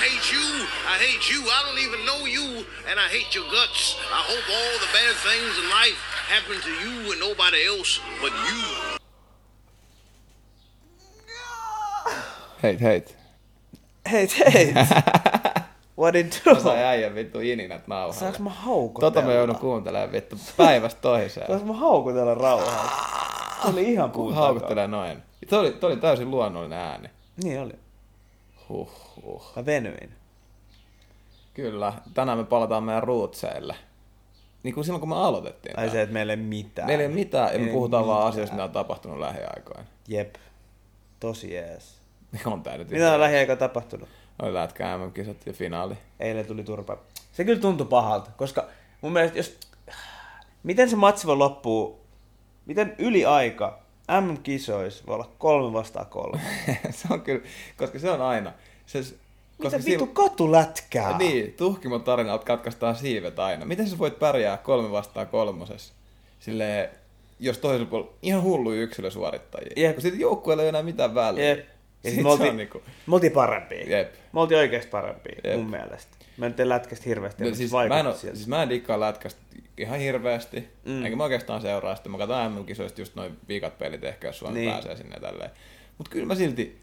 hate you. I hate you. I don't even know you, and I hate your guts. I hope all the bad things in life happen to you and nobody else but you. Heit, heit. Heit, heit! What did Mä you sain äijän vittu ininät nauhalle. Saanko mä haukotella? Tota mä joudun kuuntelemaan vittu päivästä toiseen. Saanko mä haukotella rauhaa? Se oli ihan kuun takaa. Haukuttelee noin. Tuo oli, tuo oli täysin luonnollinen ääni. Niin oli. Huh, huh. Mä venyin. Kyllä, tänään me palataan meidän ruutseille. Niin kuin silloin kun me aloitettiin. Tai tää. se, että meillä ei ole mitään. Meillä ei ole mitään ja me Ei puhutaan vaan mitään. asioista, mitä on tapahtunut lähiaikoina. Jep. Tosi jees. On tää nyt Mitä on lähiaikoina tapahtunut? Oli lätkä MM-kisat ja finaali. Eilen tuli turpa. Se kyllä tuntui pahalta, koska mun mielestä jos... Miten se matsi voi loppua? Miten yli aika MM-kisoissa voi olla kolme vastaan kolme? se on kyllä, koska se on aina. Se, Mitä siinä- vittu katulätkää? Niin, tuhkimon tarinat katkaistaan siivet aina. Miten sä voit pärjää kolme vastaan kolmosessa? Sille jos toisella puolella ihan hullu yksilösuorittajia. Jep. Kun sitten joukkueella ei ole enää mitään väliä. Jep. Ja Sit sit se me, on oltiin, niinku... me oltiin parempia. Jep. Me oltiin oikeasti parempia, Jep. mun mielestä. Mä nyt en lätkästä hirveästi, No, mutta siis, siis mä en, vaikutti oo, sieltä. siis mä en dikkaa lätkästä ihan hirveästi. Mm. Enkä mä oikeastaan seuraa sitä. Mä katson MM-kisoista just noin viikat pelit ehkä, jos Suomi Niin. niin. pääsee sinne ja tälleen. Mut kyllä mä silti...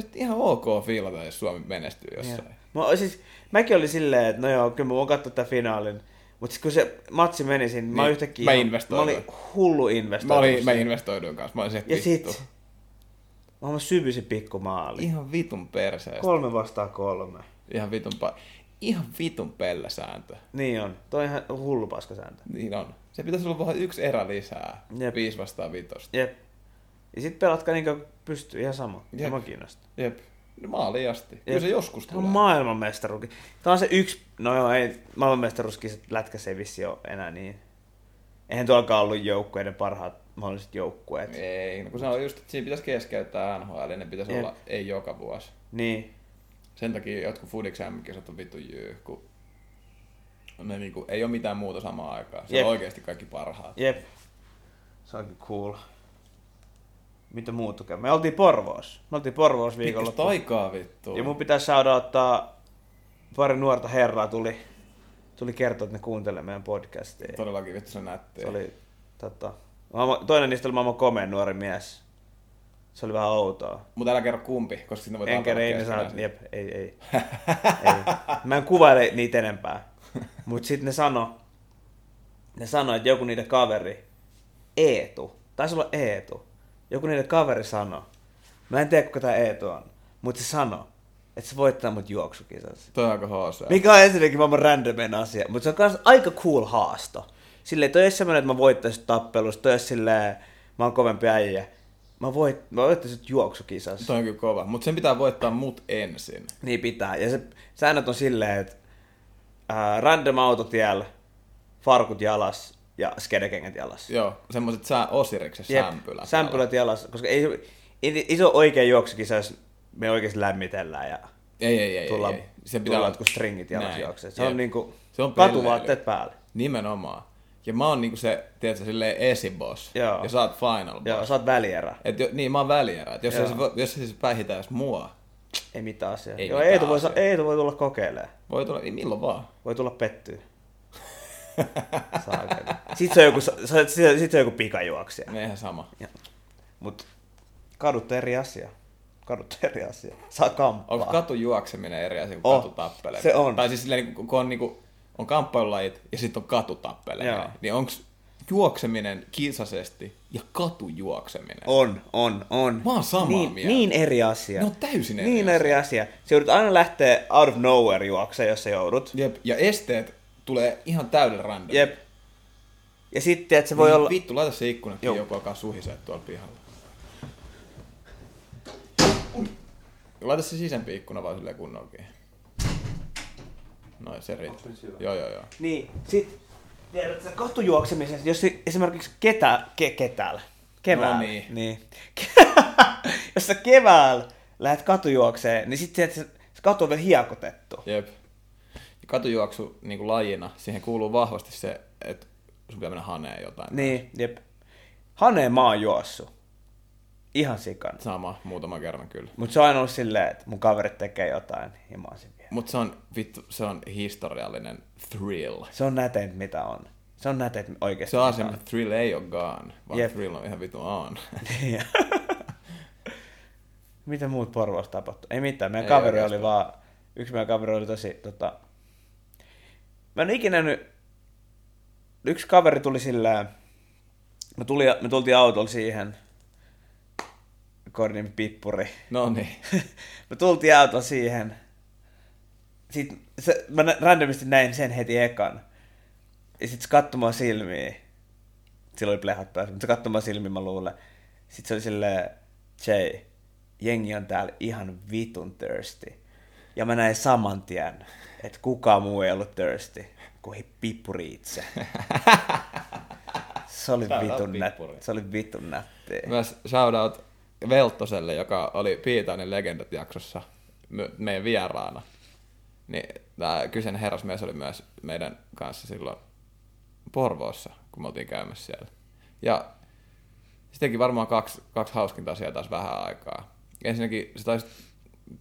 sit Ihan ok fiilata, jos Suomi menestyy jossain. Joo. Mä, siis, mäkin oli silleen, että no joo, kyllä mä voin katsoa tämän finaalin. Mutta kun se matsi meni sinne, niin, mä Niin, yhtäkkiä... mä ihan- investoiduin. Mä olin hullu investointi. Mä, olin, mä investoiduin kanssa. Mä olin se Ja vittu. sit... Mä mä syvyin se pikku maali. Ihan vitun perseestä. Kolme vastaan kolme. Ihan vitun, pa- ihan vitun pelläsääntö. Niin on. Toi on ihan hullu paskasääntö. Niin on. Se pitäisi olla vaan yksi erä lisää. Jep. Jep. Viisi vastaan vitosta. Jep. Ja sit pelatkaa niin kuin pystyy. Ihan sama. Jep. Jep. Mä kiinnostaa. Jep. No, Maaliin asti. Kyllä se joskus Tämä on tulee. maailmanmestaruus. Tämä on se yksi... No joo, ei... Maailmanmestaruuskin lätkässä ei vissi ole enää niin... Eihän tuollakaan ollut joukkueiden parhaat mahdolliset joukkueet. ei, no kun se on just, että siinä pitäisi keskeyttää NHL, niin ne pitäisi Jep. olla ei joka vuosi. Niin. Sen takia jotkut Foodix M-kisat on vittu jyy, kun ne niinku, ei ole mitään muuta samaan aikaan. Se Jep. on oikeasti kaikki parhaat. Jep. Se onkin cool. Mitä muut tukee? Me oltiin Porvoos. Me oltiin Porvoos viikolla. Pikkusta aikaa vittu. Ja mun pitää saada ottaa pari nuorta herraa tuli, tuli kertoa, että ne kuuntelee meidän podcastia. Todellakin vittu se on nättiä. Se oli, tota, maailman, toinen niistä oli maailman komeen nuori mies. Se oli vähän outoa. Mutta älä kerro kumpi, koska sitten voidaan En kerran, ei ne keskenään sano, siitä. jep, ei, ei, ei. Mä en kuvaile niitä enempää. Mut sit ne sano, ne sano, että joku niiden kaveri, Eetu, taisi olla Eetu, joku niiden kaveri sano, mä en tiedä kuka tää Eetu on, mut se sano, että se voittaa mut juoksukisassa. Toi on aika hoosaa. Mikä on ensinnäkin maailman randomen asia, mutta se on kans aika cool haasto. Silleen, toi ei ole semmonen, että mä voittaisin tappelusta, toi ei ole silleen, mä oon kovempi äijä. Mä, voit, mä voittaisin juoksukisassa. Toi on kyllä kova, mutta sen pitää voittaa mut ensin. Niin pitää. Ja se säännöt on silleen, että ää, random autotiellä, farkut jalas ja skedekengät jalas. Joo, semmoset sää, osirikset Jep, sämpylät. Sämpylät jalas, koska ei, ei, ei se ole oikea juoksukisa, jos me oikeasti lämmitellään ja Ei, ei, ei. tullaan, ei, ei. Sen tullaan jotkut stringit jalas Näin. juokseen. Se Jep. on niinku Se on katuvaatteet pelleily. päälle. Nimenomaan. Ja mä oon niinku se, tiedätkö, silleen esiboss. Joo. Ja sä oot final boss. Joo, sä oot välierä. Et jo, niin, mä oon välierä. Et jos, Joo. ei se, voi- jos ei se päihitä edes mua, Ei mitään asiaa. Ei Joo, mitään Eetu, voi, sa- asiaa. Eetu voi tulla kokeilemaan. voi tulla niin milloin vaan. Voi tulla pettyä. Saakeli. Sitten se on joku, sa- sit sit se on joku pikajuoksija. Ne ihan sama. Mut kadut eri asia. Kadut eri asia. Saa kamppaa. Onko katujuokseminen eri asia kuin On. katutappeleminen? Se on. Tai siis silleen, niinku, kun on, niinku, on kamppailulajit ja sitten on katutappeleminen. Joo. Niin onko juokseminen kisaisesti ja katujuokseminen? on, on, on. Mä oon samaa niin, mieltä. Niin eri asia. Ne on täysin eri Niin asia. eri asia. Se joudut aina lähteä out of nowhere juokseen, jos sä joudut. Jep, ja esteet tulee ihan täydellä random. Jep. Ja sitten, että se voi niin, olla... Vittu, laita se ikkuna Joo. kiinni, joku alkaa suhisee tuolla pihalla. Laita se sisempi ikkuna vaan silleen kunnolla kiinni. Noin, se riittää. Joo, joo, joo. Niin, sit tiedätkö, katujuoksemisessa, jos se- esimerkiksi ketä, ke, ketäällä, keväällä, No niin. niin. jos sä keväällä lähdet katujuokseen, niin sitten se, se katu on vielä hiekotettu. Jep. Ja katujuoksu niin kuin lajina, siihen kuuluu vahvasti se, että sun pitää mennä haneen jotain. Niin, jep. Haneen mä oon juossut. Ihan sikan. Sama, muutama kerran kyllä. Mutta se on aina ollut silleen, että mun kaverit tekee jotain ja mä oon siinä vielä. Mutta se on, vittu, se on historiallinen thrill. Se on näteintä, mitä on. Se on näteintä oikeasti. Se on asia, mitä mitä thrill ei ole gone, vaan Jep. thrill on ihan vittu on. Niin. Mitä muut Porvoossa tapahtui? Ei mitään, meidän Ei ei kaveri oikeastaan. oli vaan, yksi meidän kaveri oli tosi, tota, mä en ole ikinä nyt, yksi kaveri tuli sillä, me, tuli, me tultiin autolla siihen, Kornin pippuri. no niin. me tultiin autolla siihen, sitten se, mä nä- randomisti näin sen heti ekan. Ja sit se katsoi mua silmiin. Silloin oli plehat päässä, mutta se katsoi mua silmiin, mä luulen. Sit se oli silleen, Jay, jengi on täällä ihan vitun thirsty. Ja mä näin saman tien, että kukaan muu ei ollut thirsty kuin hi- pippuri itse. Se oli Täällä on vitun, nätti. pippuri. se oli vitun nätti. Niin. Myös shoutout Veltoselle, joka oli Piitainen legendat jaksossa my- meidän vieraana. Niin tämä kyseinen herrasmies oli myös meidän kanssa silloin Porvoossa, kun me oltiin käymässä siellä. Ja se teki varmaan kaksi, kaksi hauskinta asiaa taas vähän aikaa. Ensinnäkin se taisi,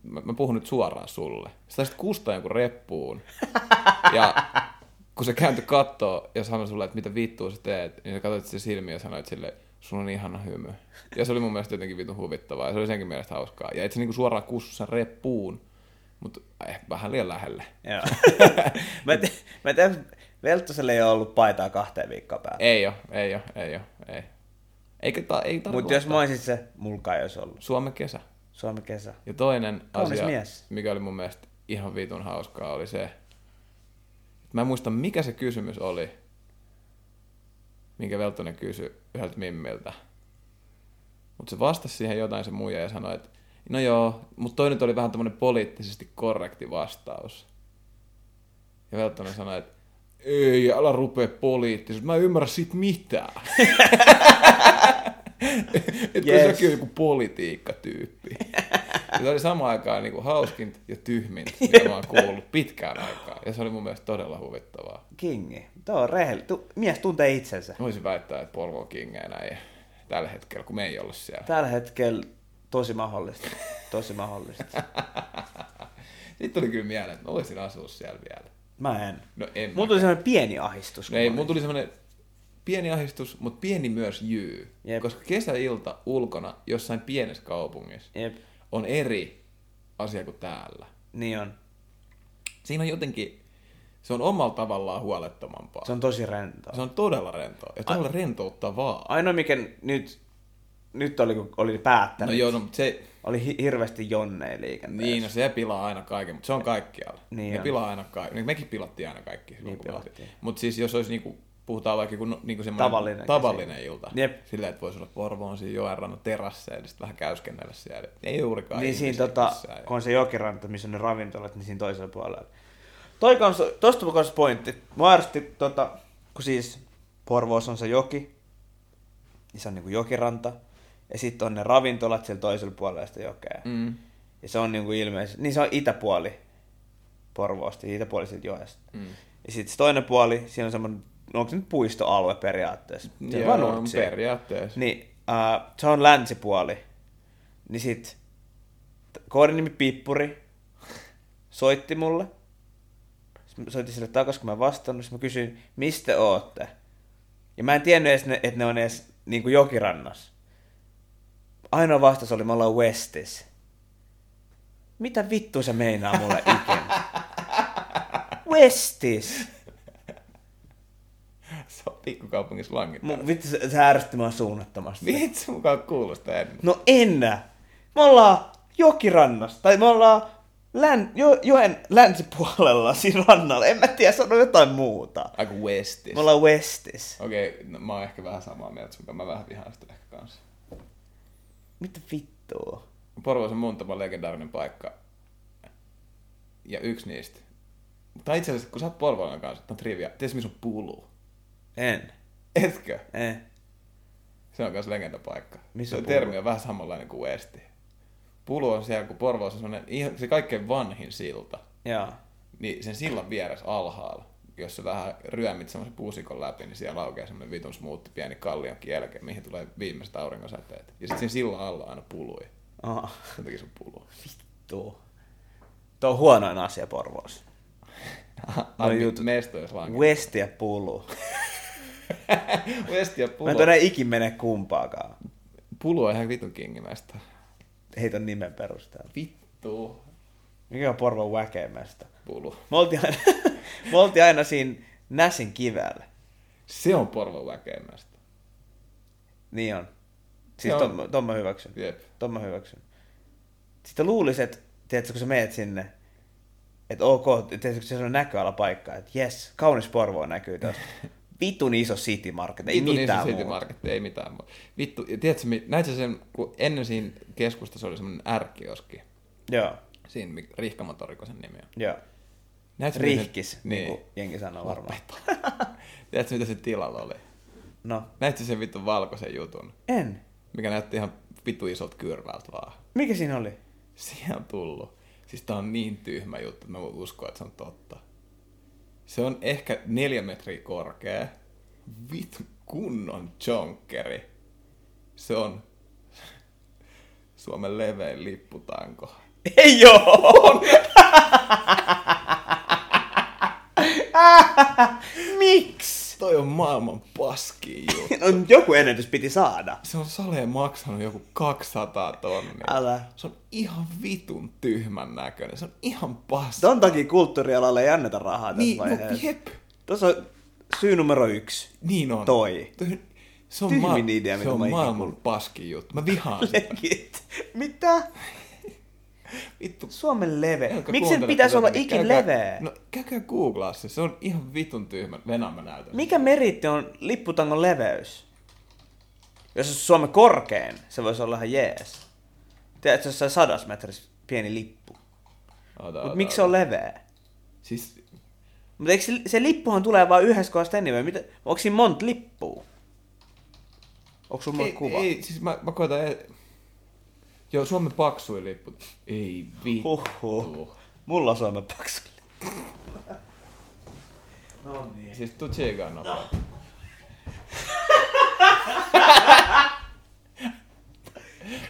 mä, mä puhun nyt suoraan sulle, se taisi kustaa jonkun reppuun. Ja kun se kääntyi kattoo ja sanoi sulle, että mitä vittua sä teet, niin sä katsoit se silmiä ja sanoit sille, sun on ihana hymy. Ja se oli mun mielestä jotenkin vitun huvittavaa ja se oli senkin mielestä hauskaa. Ja et se niinku suoraan kussu sen reppuun, mutta eh, vähän liian lähelle. Joo. mä, te, mä tiedän, Velttoselle ei ole ollut paitaa kahteen viikkoon päälle. Ei oo, ei oo, ei oo, ei. Eikä ta, ei tarvitse Mutta jos mä ottaa. olisin se, mulka ei olisi ollut. Suomen kesä. Suomen kesä. Ja toinen Kaunis asia, mies. mikä oli mun mielestä ihan vitun hauskaa, oli se, että mä en muista mikä se kysymys oli, minkä Veltonen kysyi yhdeltä mimmiltä. Mutta se vastasi siihen jotain se muija ja sanoi, että no joo, mutta toi nyt oli vähän tämmönen poliittisesti korrekti vastaus. Ja Veltonen sanoi, että ei, älä rupee poliittisesti, mä en ymmärrä sit mitään. Et yes. Yes. säkin on joku politiikkatyyppi. Ja se oli samaan aikaan niin kuin hauskinta ja tyhmintä, mitä mä oon kuullut pitkään aikaa. Ja se oli mun mielestä todella huvittavaa. Kingi. Tuo on rehellinen. Tu- mies tuntee itsensä. Mä voisin väittää, että Porvo Kingeenä ei tällä hetkellä, kun me ei olla siellä. Tällä hetkellä tosi mahdollista. Tosi mahdollista. Sitten tuli kyllä mieleen, että mä voisin asua siellä vielä. Mä en. No en Mulla tuli sellainen pieni ahistus. No kun ei, mä- mulla tuli semmoinen pieni ahdistus, mutta pieni myös jyy. Jep. Koska kesäilta ulkona jossain pienessä kaupungissa Jep. on eri asia kuin täällä. Niin on. Siinä on jotenkin, se on omalla tavallaan huolettomampaa. Se on tosi rentoa. Se on todella rentoa. Ja todella rentouttavaa. Ainoa mikä nyt, nyt oli, kun oli päättänyt, No joo, no, mutta se, oli hi- hirveästi jonneja liikenteessä. niin, no, se pilaa aina kaiken, mutta se on kaikkialla. Niin ne on. pilaa aina kaiken. Niin mekin pilattiin aina kaikki. Niin pilattiin. Mutta siis jos olisi niinku, puhutaan vaikka joku, no- niinku semmoinen Tavallinen tavallinen ilta. Jep. Silleen, että voisi olla Porvoon siinä joenrannan terasseilla ja sitten vähän käyskennellä siellä. Ei juurikaan Niin siinä ihmisiä tota, missään. Ja- kun on se jokiranta, missä on ne ravintolat, niin siinä toisella puolella. Toi kans, tosta on kans pointti. Mä ärsytti, tota, kun siis Porvoossa on se joki, niin se on niinku jokiranta. Ja sitten on ne ravintolat siellä toisella puolella sitä jokea. Mm. Ja se on niinku ilmeisesti, niin se on itäpuoli Porvoosta, itäpuoli siitä joesta. Mm. Ja sitten se toinen puoli, siinä on semmoinen, onko se nyt puistoalue periaatteessa? Se on Joo, vaan no, nurtsia. periaatteessa. Niin, äh, se on länsipuoli. Niin sit t- koorinimi Pippuri soitti mulle. Sit mä Soitin sille takas, kun mä en vastannut. Sitten mä kysyin, mistä ootte? Ja mä en tiennyt edes, ne- että ne on edes niin kuin jokirannassa. Ainoa vastaus oli, me ollaan Westis. Mitä vittu se meinaa mulle ikinä? Westis! Se on pikkukaupungin slangit. Mun vittu, se, se ärsytti mua suunnattomasti. Vitsi, mukaan kuulostaa ennen. No ennä. Me ollaan jokirannassa, tai me ollaan län, jo, joen länsipuolella siinä rannalla. En mä tiedä, sano jotain muuta. Aika westis. Me ollaan Westis. Okei, no, mä oon ehkä vähän samaa mieltä sun kanssa. Mä vähän vihaan sitä ehkä kanssa. Mitä vittua? Porvoos on muutama legendaarinen paikka. Ja yksi niistä. Tai itse asiassa, kun sä oot Porvoon kanssa, tää on trivia. Tiedätkö, missä on pulu? En. Etkö? Eh. Se on myös legendapaikka. Missä se on Pulu? termi on vähän samanlainen kuin Westi. Pulu on siellä, kun Porvoos on semmonen ihan- se kaikkein vanhin silta. Joo. Niin sen sillan vieressä alhaalla jos sä vähän ryömit semmoisen puusikon läpi, niin siellä aukeaa semmoinen vitun smoothi pieni kallion kielke, mihin tulee viimeiset aurinkosäteet. Ja sitten siinä sillan alla aina pului. Aha. Sen takia se on pulu. Tuo. Ah, Tuo on huonoin asia Porvoos. jutut. Mestois vaan. West ja Pulu. West ja pulu. Mä en todella ikin mene kumpaakaan. Pulu on ihan vitun kingimästä. Heitä on nimen perusteella. Vittu. Mikä on Porvon väkeimmästä? Pulu. Me oltiin aina, me oltiin aina siinä Näsin kivellä. Se on Porvon väkeimmästä. Niin on. Siis Joo. ton, mä- ton mä hyväksyn. Jep. Ton mä hyväksyn. Sitten luulis, että tiedätkö, kun sä meet sinne, että ok, tiedätkö, kun se on näköalapaikka, että jes, kaunis Porvo näkyy tuossa. Vitun iso City Market, ei Vittu mitään niin City muuta. Market, ei mitään muuta. Vittu, ja tiedätkö, mi- näit sä sen, kun ennen siinä keskustassa oli semmoinen R-kioski. Joo, Siinä mi- Rihkamotoriko sen nimi on. joo. Näit sä, miten se- Rihkis, niin. Niin. kuin jengi sanoo varmaan. Tiedätkö, mitä se tilalla oli? No, Näit sä sen vittu valkoisen jutun, en. mikä näytti ihan vittu isolta kyrvältä vaan. Mikä siinä oli? Siihen on tullut. Siis tää on niin tyhmä juttu, että mä voin uskoa, että se on totta. Se on ehkä neljä metriä korkea. Vittu kunnon jonkeri. Se on Suomen levein lipputanko. Ei joo! Miksi? Toi on maailman paski juttu. No, joku ennätys piti saada. Se on saleen maksanut joku 200 tonnia. Älä. Se on ihan vitun tyhmän näköinen. Se on ihan paska. Ton takia kulttuurialalle ei anneta rahaa tässä Niin, no, vaiheessa. jep. Tuossa on syy numero yksi. Niin on. Toi. Toi- Se on, Tyhmin ma- idea, se mitä mä on ikinä maailman paskin juttu. Mä vihaan sitä. Legit. Mitä? Vittu. Suomen leveä. Älkää Miksi sen kuuntele pitäisi tätä, olla niin ikin käykää- leveä? No käykää googlaa se. Se on ihan vitun tyhmä. Venä mä näytän. Mikä meritti on lipputangon leveys? Jos se olisi Suomen korkein, se voisi olla ihan jees. Tiedätkö, jos se on sadas metrissä pieni lippu. Ota, Mutta ota, miksi se ota. on leveä? Siis Mutta eikö se, se lippuhan tulee vain yhdessä kohdasta anyway? Mitä, onko siinä monta lippua? Onko sulla monta ei, kuvaa? ei, siis mä, mä koitan... E- Joo, Suomen paksuin lippu. Ei vittu. Huhhuh. Mulla on Suomen paksu No niin. Siis tuu tsiikaan nopea.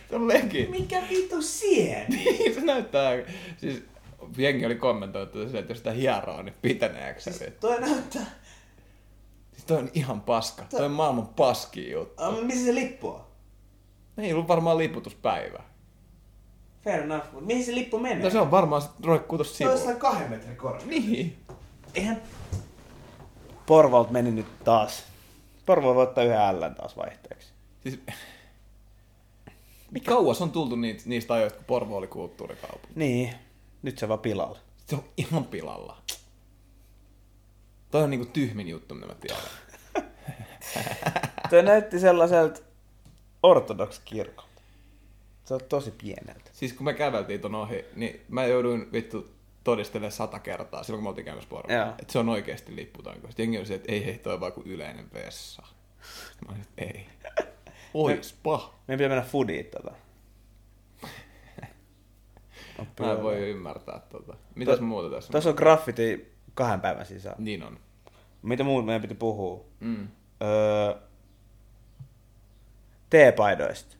Se on leki. Mikä vitu sieni? Niin, se näyttää... Siis jengi oli kommentoitu sille, että jos sitä hieroo, niin piteneekö se? Siis Toi näyttää... toi on ihan paska. Toi on maailman paski juttu. Ah, missä se lippu on? Ei ollut varmaan liputuspäivä. Fair enough, mutta mihin se lippu menee? No se on varmaan sit roikkuu tossa sivulla. kahden metrin korkeus. Niin. Eihän... Porvalt meni nyt taas. Porvo voi ottaa yhden L taas vaihteeksi. Siis... Mikä? Kauas on tultu niitä, niistä ajoista, kun Porvo oli kulttuurikaupunki. Niin. Nyt se vaan pilalla. Se on ihan pilalla. Toi on niinku tyhmin juttu, mitä mä tiedän. Toi näytti sellaiselta ortodoksi kirkolta. Se on tosi pieneltä. Siis kun me käveltiin ton ohi, niin mä jouduin vittu todistelemaan sata kertaa silloin, kun me oltiin käymässä Joo. porvalla. Että se on oikeasti lipputanko. Sitten jengi oli se, että ei, ei, toi on vaan kuin yleinen vessa. Mä olin, että ei. Oispa. Meidän pitää mennä foodiin tota. Oppi Mä en uuden. voi ymmärtää tota. Mitäs To- muuta tässä on? Tässä on graffiti kahden päivän sisään. Niin on. Mitä muuta meidän piti puhua? Mm. Öö, teepaidoista.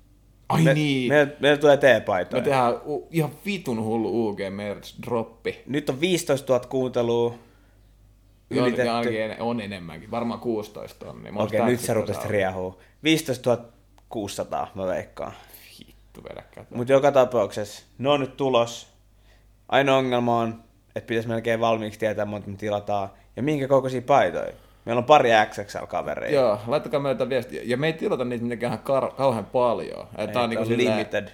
Ai Me- niin. Meillä, meillä tulee Me teepaitoja. tehdään u- ihan vitun hullu UG merch droppi. Nyt on 15 000 kuuntelua Ylitetty. niin On, ylitetty. ainakin en- on enemmänkin, varmaan 16 tonnia. Mä oon Okei, nyt täysin sä rupesit tasan- riehuu. 15 600, mä veikkaan. Vittu vedä kättä. Mutta joka tapauksessa, ne on nyt tulos. Ainoa ongelma on, että pitäisi melkein valmiiksi tietää, monta me tilataan. Ja minkä kokoisia paitoja. Meillä on pari XXL-kavereita. Joo, laittakaa meiltä viestiä. Ja me ei tilata niitä mitenkään kar- kauhean paljon. Ei, tää on, niinku silleen limited.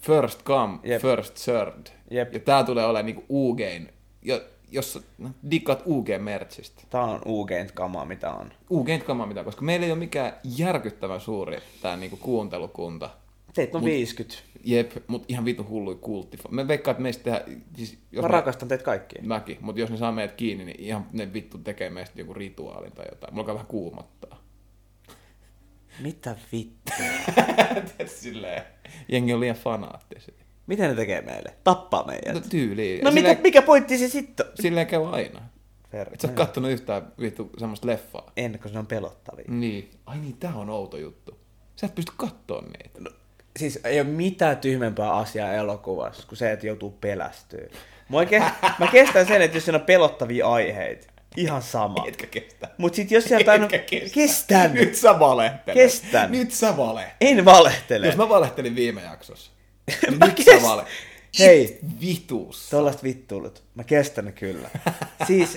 First come, Jep. first served. Jep. Ja tää tulee olemaan niinku UGin. Ja, jos sä- no, dikkaat UG-merchistä. Tää on uugeinta kamaa, mitä on. UGin kamaa mitään, koska meillä ei ole mikään järkyttävän suuri tää niinku kuuntelukunta. Teitä on 50. Jep, mutta ihan vitun hullu kultti. Me veikkaan, että meistä tehdään... Siis, jos Mä me- rakastan teitä kaikkia. Mäkin, mutta jos ne saa meidät kiinni, niin ihan ne vittu tekee meistä joku rituaalin tai jotain. Mulla alkaa vähän kuumottaa. Mitä vittu? Silleen. Jengi on liian fanaattisia. Mitä ne tekee meille? Tappaa meidät. No tyyliin. No mitä, silleen, mikä pointti se sitten on? Silleen käy aina. Fer... Et sä oo kattonut yhtään vittu semmoista leffaa. En, koska ne on pelottavia. Niin. Ai niin, tää on outo juttu. Sä et pysty kattoon niitä. No, siis ei ole mitään tyhmempää asiaa elokuvassa kuin se, että joutuu pelästyä. Mua ei ke- mä kestän sen, että jos siinä on pelottavia aiheita. Ihan sama. Etkä kestä. Mut sit jos sieltä on... Etkä kestä. Kestän. Nyt sä valehtelet. Kestän. Nyt sä valehtelet. En valehtele. Jos mä valehtelin viime jaksossa, niin Mä nyt sä kestän. vale. Hei. It Vitus. Tuollaiset vittuilut. Mä kestän ne kyllä. Siis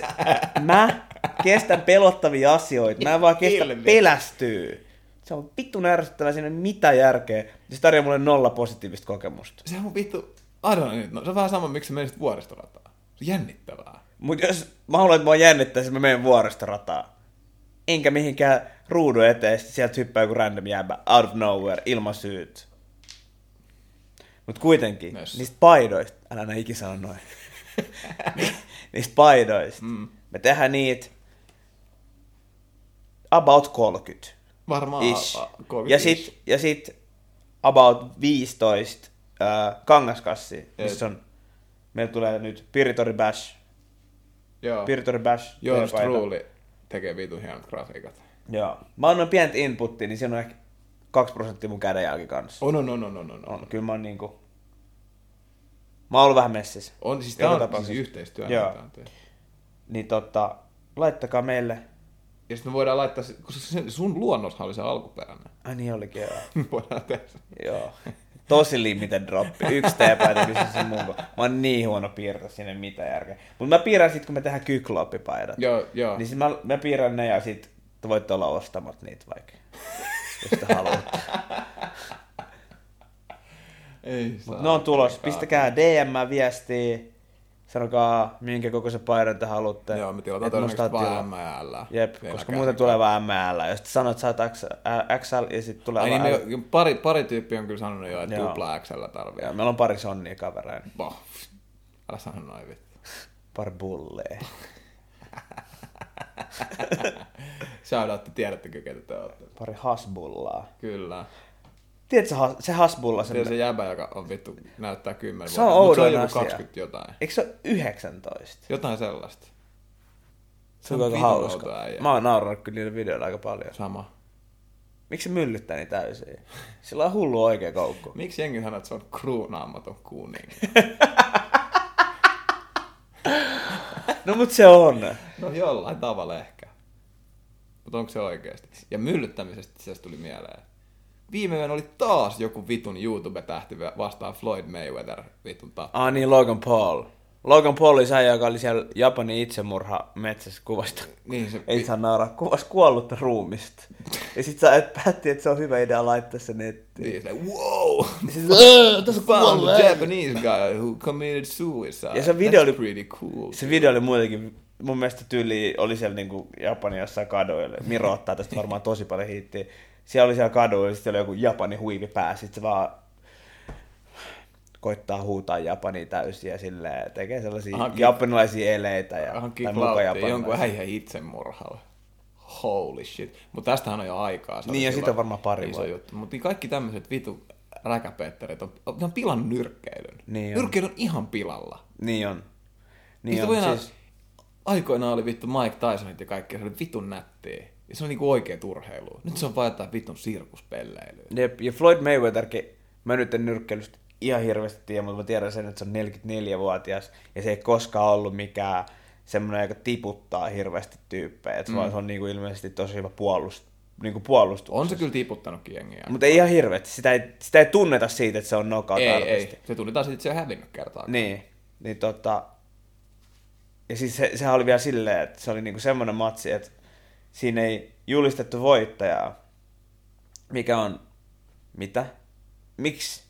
mä kestän pelottavia asioita. Mä en vaan kestä Ilmi. pelästyy. Se on vittu ärsyttävää, siinä ei ole mitään järkeä. Ja se tarjoaa mulle nolla positiivista kokemusta. Sehän on vittu... Arvoin nyt. No, se on vähän sama, miksi sä menisit vuoristorataan. Se on jännittävää. Mut jos mä haluan, että mua jännittäisi, mä menen vuoristorataa. Enkä mihinkään ruudun eteen, ja sit sieltä hyppää joku random jäbä out of nowhere, ilman syyt. Mut kuitenkin, Myös. niistä paidoista, älä enää ikinä sano noin. Ni- niistä paidoista. Mm. Me tehdään niitä about 30. Varmaan Ish. a- a- 30 Ja ish. sit, ja sit about 15 äh, kangaskassi, missä on, meillä tulee nyt Piritori Bash, Joo. Pirtori Bash. Joo, teepaita. Struuli tekee vitun hienot grafiikat. Joo. Mä annoin pientä inputtia, niin siinä on ehkä 2 prosenttia mun kädenjälki kanssa. On, on, on, on, on, on. On, kyllä mä oon niinku... Mä oon ollut vähän messissä. On, siis Joka tää on tapauksessa. siis yhteistyö. Joo. näitä on tehty. Niin tota, laittakaa meille. Ja sitten me voidaan laittaa, se- koska se, sun luonnoshan oli se alkuperäinen. Ai niin olikin, joo. Me voidaan tehdä se. joo. Tosi limited droppi. Yksi teepaita kysyä sen mun. ko- Mä oon niin huono piirtää sinne mitään järkeä. Mut mä piirrän sit, kun me tehdään kyklooppipaidat. Joo, joo. Niin sit mä, mä piirrän ne ja sit te voitte olla ostamat niitä vaikka. Jos te haluatte. Ei Mut saa. ne on tulos. Ainakaan. Pistäkää DM-viestiä. Sanokaa, minkä koko se paidan te haluatte. Joo, me tilataan Et musta todennäköisesti vaan tilaa. ML. Jep, koska niin muuten tulee vaan ML. Jos sanoit, että saat X- Ä- XL ja sitten tulee Ai niin, vaan me, L. jo- pari, pari tyyppiä on kyllä sanonut jo, että Joo. tupla XL tarvii. Ja meillä on pari sonnia kavereina. Bah. Älä sano noin vittu. Pari bullee. Shoutoutti, tiedättekö ketä te olette. Pari hasbullaa. Kyllä. Tiedätkö has, se hasbulla? Se on se Sen, jäbä, joka on vittu, näyttää 10 se on vuotta. Mut oudoin joku asia. 20 jotain. Eikö se ole 19? Jotain sellaista. Se on aika vitun hauska. outo äijä. Mä oon naurannut kyllä niillä videoilla aika paljon. Sama. Miksi se myllyttää niin täysin? Sillä on hullu oikea koukku. Miksi jengi sanoo, että se on kruunaamaton kuningas? No mut se on. No jollain tavalla ehkä. Mutta onko se oikeasti? Ja myllyttämisestä se tuli mieleen. Viime yönä oli taas joku vitun YouTube-tähti vastaan Floyd Mayweather vitun tappi. Ah niin, Logan Paul. Logan Paul oli se äijä, joka oli siellä Japanin itsemurha metsässä kuvasta. Niin se... Ei saa nauraa, kuvas kuollutta ruumista. Ja sit sä et päätti, että se on hyvä idea laittaa se nettiin. Niin, se, wow! Siis, "Ää, tässä on Found kuollut the äijä." Japanese guy who committed suicide. Ja se video That's oli- pretty cool. Se video oli muutenkin, mun mielestä tyyli oli siellä niinku Japani jossain kadoilla. Miro ottaa tästä varmaan tosi paljon hiittiä. Siellä oli siellä kadoilla, ja sitten oli joku Japani huivi pää, sit se vaan koittaa huutaa Japania täysin ja silleen tekee sellaisia Aha, ki- japanilaisia eleitä ja Hankin muka klauttiin jonkun japanilaisia. äijän itsemurhalla. Holy shit. Mutta tästähän on jo aikaa. Se oli Niin, ja silloin siitä on varmaan pari iso vuotta. juttu. Mutta kaikki tämmöiset vitu räkäpetterit on, ne on pilannut nyrkkeilyn. Niin on. Nyrkkeily on ihan pilalla. Niin on. Niin Niistä on. voi enää, Siis, Aikoinaan oli vittu Mike Tysonit ja kaikki, ja se oli vitun nättiä. Ja se on niinku oikea turheilu. Nyt se on vaan jotain vitun sirkuspelleilyä. jep, ja Floyd Mayweatherkin, mä nyt en nyrkkeilystä ihan hirveästi tiedä, mutta mä tiedän sen, että se on 44-vuotias ja se ei koskaan ollut mikään semmoinen, joka tiputtaa hirveästi tyyppejä. Mm. Et se, vaan se on niinku ilmeisesti tosi hyvä puolust, niinku puolustus. On se kyllä tiputtanutkin jengiä. Mutta ei ihan hirveästi. Sitä ei, sitä ei tunneta siitä, että se on knockout ei, artisti. ei. Se tunnetaan sitten, että se on hävinnyt kertaa. Niin, niin tota... Ja siis se, sehän oli vielä silleen, että se oli niinku semmoinen matsi, että siinä ei julistettu voittajaa, mikä on... Mitä? Miksi?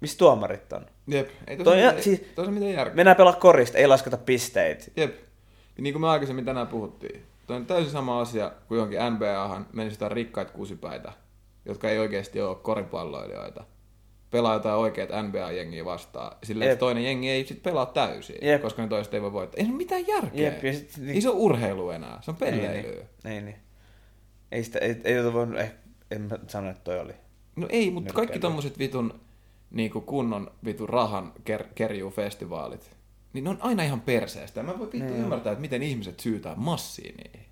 Missä tuomarit on? Jep. Ei Toi on tosi, ihan- mitään, siis- siis... tosi mitään järkeä. Mennään pelaa korista, ei lasketa pisteitä. Jep. Ja niin kuin me aikaisemmin tänään puhuttiin, toi on täysin sama asia kuin johonkin NBAhan menisi jotain rikkaita kusipäitä, jotka ei oikeasti ole koripalloilijoita. Pelaa jotain oikeat NBA-jengiä vastaan. Sillä Jep. Jep. toinen jengi ei sit pelaa täysin, Jep. Jep. koska ne toiset ei voi voittaa. Ei se ole mitään järkeä. Jep, ja sit- Ei se ole urheilu enää, se on Ei, pelleilyä. niin. Ei, niin. ei sitä, ei, ei tota voinut, eh, en mä sano, että toi oli. No ei, mutta kaikki niin Nyrkkeilyä. tommoset vitun niinku kunnon vitun rahan ker- kerjuu festivaalit. Niin ne on aina ihan perseestä. Ja Mä voin vittu Niin. ymmärtää, että miten ihmiset syytää massia niihin.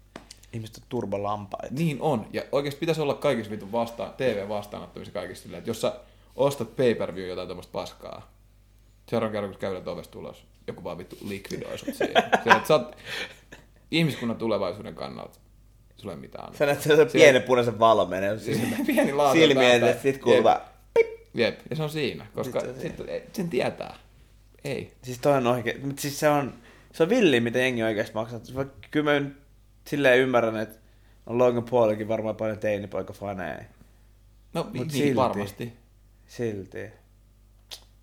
Ihmiset on turbolampaita. Niin on. Ja oikeasti pitäisi olla kaikissa vitun vastaan, TV-vastaanottamissa kaikissa silleen, että jos sä ostat pay per view jotain tämmöistä paskaa, seuraavan kerran, kun käydään ovesta ulos, joku vaan vittu likvidoi sut siihen. Se, että sä oot ihmiskunnan tulevaisuuden kannalta, sulla ei ole mitään. Sä näet sen pienen punaisen valon menee. silmä- pieni laatu. Silmien, päältä. että sit kuuluu Jep. vaan... pip. Jep, ja se on siinä, koska Nyt se on sit, sen tietää. Ei. Siis toi on oikein, mutta siis se on, se on villi, mitä jengi oikeasti maksaa. Vaikka kyllä mä nyt silleen ymmärrän, että on Logan Paulikin varmaan paljon teinipoikafaneja. niin No Mut niin silti. varmasti. Silti.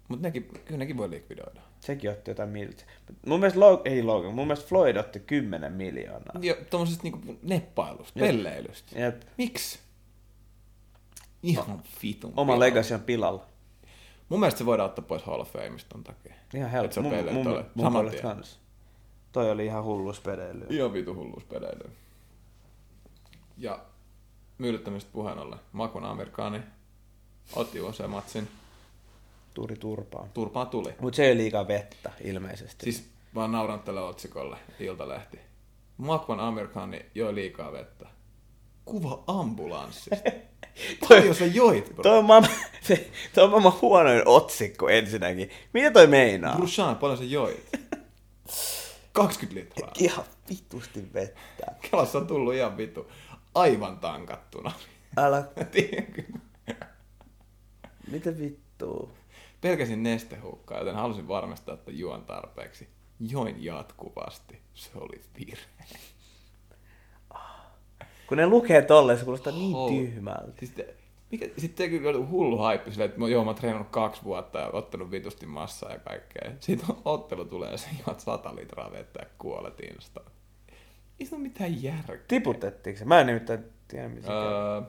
Mutta nekin, kyllä nekin voi likvidoida. Sekin otti jotain miltä. Mun mielestä Logan, ei Logan, mun mielestä Floyd otti 10 miljoonaa. Jo, tommosesta niinku neppailusta, Ah. Jep. pelleilystä. Jep. Miksi? Ihan vitun. Oma pilalla. legacy on pilalla. Mun mielestä se voidaan ottaa pois Hall of Fameista ton takia. Ihan Et sä helppo. Mun, pelleet mun, tolle. mun Saman puolesta tien. kans. Toi oli ihan hullu spedeily. Ihan vitu hulluus pedeily. Ja myydyttämisestä puheen ollen. Makun Amerikaani otti USA-matsin. Tuuri turpaa. Turpaa tuli. Mut se ei ole liikaa vettä ilmeisesti. Siis vaan nauran tälle otsikolle, Iltalehti. Makvan Amerikaani joi liikaa vettä. Kuva ambulanssista. Paljon sä joit, bro. Toi on, maailman, se, toi on maailman huonoin otsikko ensinnäkin. Mitä toi meinaa? Brushan, paljon sä joit. 20 litraa. Ihan vitusti vettä. Kelassa on tullut ihan vitu. Aivan tankattuna. Älä, Tiedätkö? mitä vittua? Pelkäsin nestehukkaa, joten halusin varmistaa, että juon tarpeeksi. Join jatkuvasti. Se oli virhe. Kun ne lukee tolleen, se kuulostaa niin Hol- tyhmältä. Siis te, mikä, sitten kyllä oli hullu haippi silleen, että mä- joo, mä oon treenannut kaksi vuotta ja ottanut vitusti massaa ja kaikkea. Sitten ottelu tulee ja sä juot sata litraa vettä ja kuolet insta. Ei se ole mitään järkeä. Tiputettiinko se? Mä en nimittäin tiedä, mitä se Öö,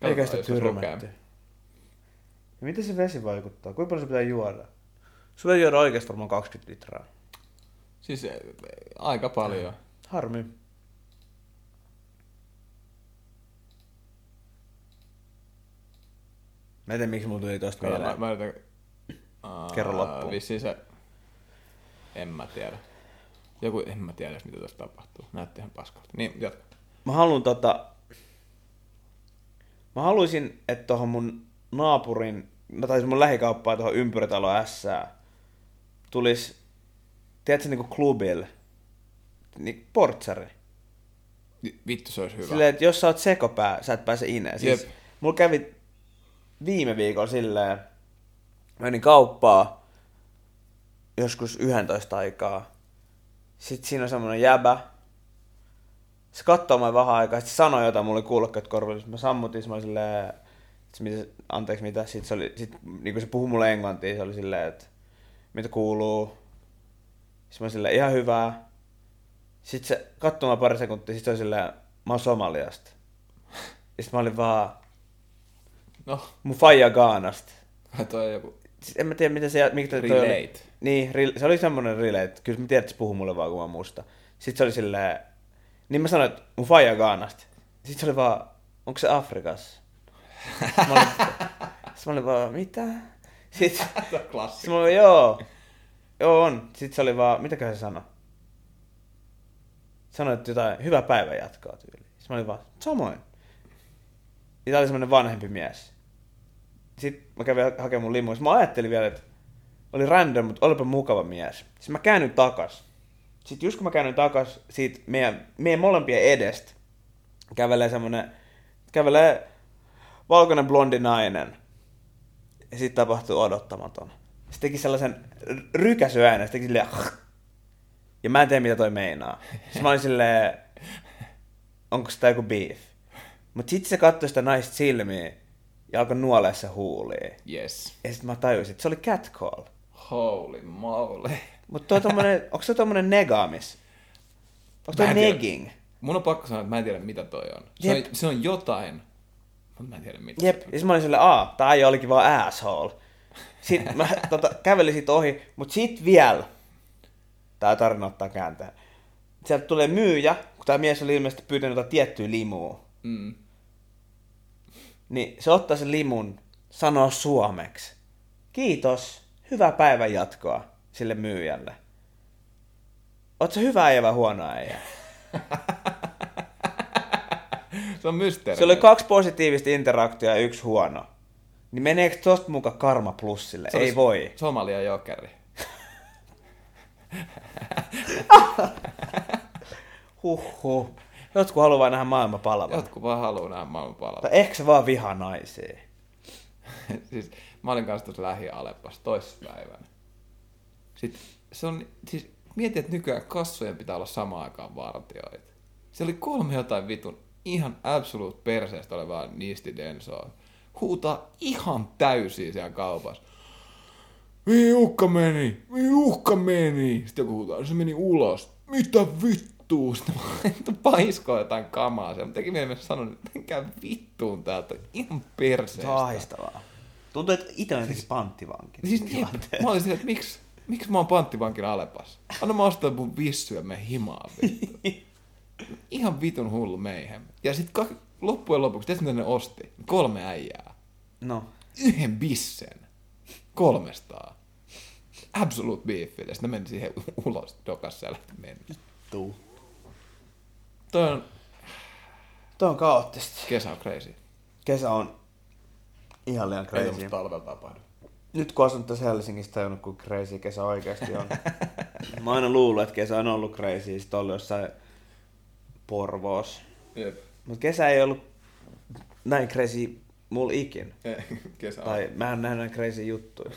Eikä katsotaan, sitä jos se tyrmätty. lukee. Ja miten se vesi vaikuttaa? Kuinka paljon se pitää juoda? Sulla ei juoda oikeasti varmaan 20 litraa. Siis eh, aika paljon. Harmi. Mä en tiedä, miksi mulla tuli tosta Kato, mieleen. mä, mä yritän... Aa, Kerro loppuun. Vissiin se... En mä tiedä. Joku, en mä tiedä edes, mitä tässä tapahtuu. Näytti ihan paskalta. Niin, jatka. Mä haluan tota... Mä haluaisin, että tohon mun naapurin, no tai siis mun lähikauppaan tohon ympyrätalo S tulis, tiedätkö niinku klubille, niin portsari. Vittu, se olisi hyvä. Silleen, että jos sä oot sekopää, sä et pääse ineen. Siis Jep. mulla kävi viime viikolla silleen, mä menin kauppaa joskus 11 aikaa. Sitten siinä on semmonen jäbä. Se katsoo mä vähän aikaa, sit se sanoi jotain, mulla oli kuulokkeet korvilla. Sit mä sammutin, sit mä olin silleen, sit se, mitä, anteeksi mitä. Sit se, oli, sit, niin kun se puhui mulle englantia, se oli silleen, että mitä kuuluu. Sitten mä olin silleen, ihan hyvää. Sitten se katsoi mä pari sekuntia, sit se oli silleen, mä oon Somaliasta. Sitten mä olin vaan, No, mun faija Gaanasta. toi on joku Siis en mä tiedä, miten se... Mikä toi oli. Relate. Niin, re- se oli semmoinen relate. Kyllä mä tiedän, että se puhuu mulle vaan, kun mä oon musta. Sitten se oli silleen... Niin mä sanoin, että mun faija on Gaanasta. Sitten se oli vaan, onko se Afrikassa? Sitten mä olin, sitten mä olin vaan, mitä? Sitten, Tää on klassikko. sitten Siis mä olin, joo. Joo on. Sitten se oli vaan, mitäköhän se sanoi? Sanoi, että jotain, hyvää päivää jatkaa tyyli. Sitten mä olin vaan, samoin. Ja tää oli semmonen vanhempi mies. Sitten mä kävin hakemaan mun limuun. Sitten mä ajattelin vielä, että oli random, mutta olipa mukava mies. Sitten mä käännyin takas. Sitten just kun mä käännyin takas siitä meidän, meidän molempien edestä, kävelee semmonen, kävelee valkoinen blondi nainen. Ja sitten tapahtui odottamaton. Se teki sellaisen r- rykäsyäänen, se teki silleen... Ja mä en tiedä, mitä toi meinaa. Sitten mä olin silleen, onko sitä joku beef? Mut sitten se katsoi sitä naista silmiin ja alkoi nuolea se huuliin. Yes. Ja sitten mä tajusin, että se oli catcall. Holy moly. Mutta toi tommonen, onks se tommonen negaamis? Onks Mä toi en tiedä. negging? Mun on pakko sanoa, että mä en tiedä mitä toi on. Se, on, Jep. se on jotain, mutta mä en tiedä mitä se Jep, ja on. sit mä olin silleen, aa, tää ei olikin vaan asshole. Sitten mä tota, kävelin sit ohi, mut sit vielä, tää tarina ottaa kääntää. Sieltä tulee myyjä, kun tää mies oli ilmeisesti pyytänyt jotain tiettyä limua. Mm. Niin se ottaa sen limun, sanoo suomeksi. Kiitos, hyvää päivän jatkoa. sille myyjälle. Oot se hyvä äijä vai huono äijä? Se on mysteeri. Se oli kaksi positiivista interaktiota ja yksi huono. Niin meneekö tosta muka karma plussille? Se Ei olisi voi. Somalia jokeri. Huhhuh. Jotkut haluaa nähdä maailma palavan. Jotkut vaan haluaa nähdä maailman palvelua. Tai ehkä se vaan vihaa naisia. siis, mä olin kanssa tuossa lähi-Aleppassa toissapäivänä. Sitten se on, siis mieti, että nykyään kassojen pitää olla samaan aikaan vartioita. Se oli kolme jotain vitun ihan absoluut perseestä olevaa niisti densoa. Huutaa ihan täysiä siellä kaupassa. Mihin uhka meni? Mihin uhka meni? Sitten joku huutaa, se meni ulos. Mitä vittuu? Sitten mä paiskoa jotain kamaa siellä. Mä teki mieleen sanoa, että menkää vittuun täältä. Ihan perseestä. Ahistavaa. Tuntuu, että itse on jotenkin panttivanki. Siis niin, mä olin silleen, että miksi, miksi mä oon panttivankin Alepassa? Anna mä ostaa mun vissu ja me himaa vittu. Ihan vitun hullu meihem. Ja sit ka- loppujen lopuksi, tiedätkö mitä ne osti? Kolme äijää. No. Yhden bissen. Kolmestaan. Absolute beef. Ja sitten ne meni siihen ulos dokassa ja lähti mennä. Tuu. Toi on Tuo on kaoottista. kesä on crazy. Kesä on ihan liian Ei crazy. tommoista talvella tapahdu. Nyt kun asun tässä Helsingissä, tajunnut kuin crazy kesä oikeasti on. Mä aina luullut, että kesä on ollut crazy, sit ollut jossain Porvoos. Jep. Mut kesä ei ollut näin crazy mulla ikin. Kesä Tai mä en nähnyt näin crazy juttuja.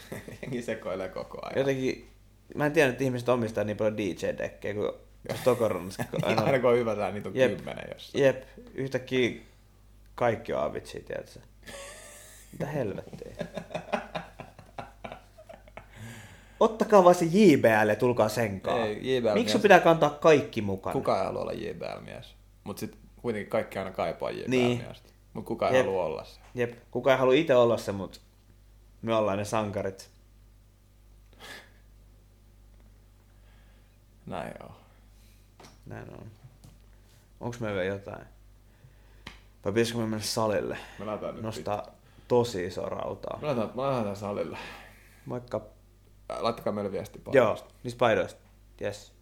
Jengi sekoilee koko ajan. Jotenkin, mä en tiedä, että ihmiset omistaa niin paljon DJ-dekkejä kuin Stokoronassa. Aina kun on hyvä tää, niitä on Jep. kymmenen jossain. Jep, yhtäkkiä kaikki on avitsi, tiedätkö? Mitä helvettiä? Ottakaa vaan se JBL ja tulkaa sen kaa. Ei, JBL Miksi sun mies- pitää kantaa kaikki mukaan? Kuka ei halua olla JBL-mies. Mutta sitten kuitenkin kaikki aina kaipaa Niin. JBL-miestä. Niin. Mutta kuka ei Jep. halua olla se. Jep, kuka ei halua itse olla se, mutta me ollaan ne sankarit. Näin joo. Näin on. Onks meillä vielä jotain? Vai pitäisikö me mennä salille? Me laitetaan nyt No. Nostaa tosi iso rautaa. Me laitetaan, me laitetaan salilla. Vaikka... Ää, Laittakaa meille viesti Joo, niistä paidoista. Yes.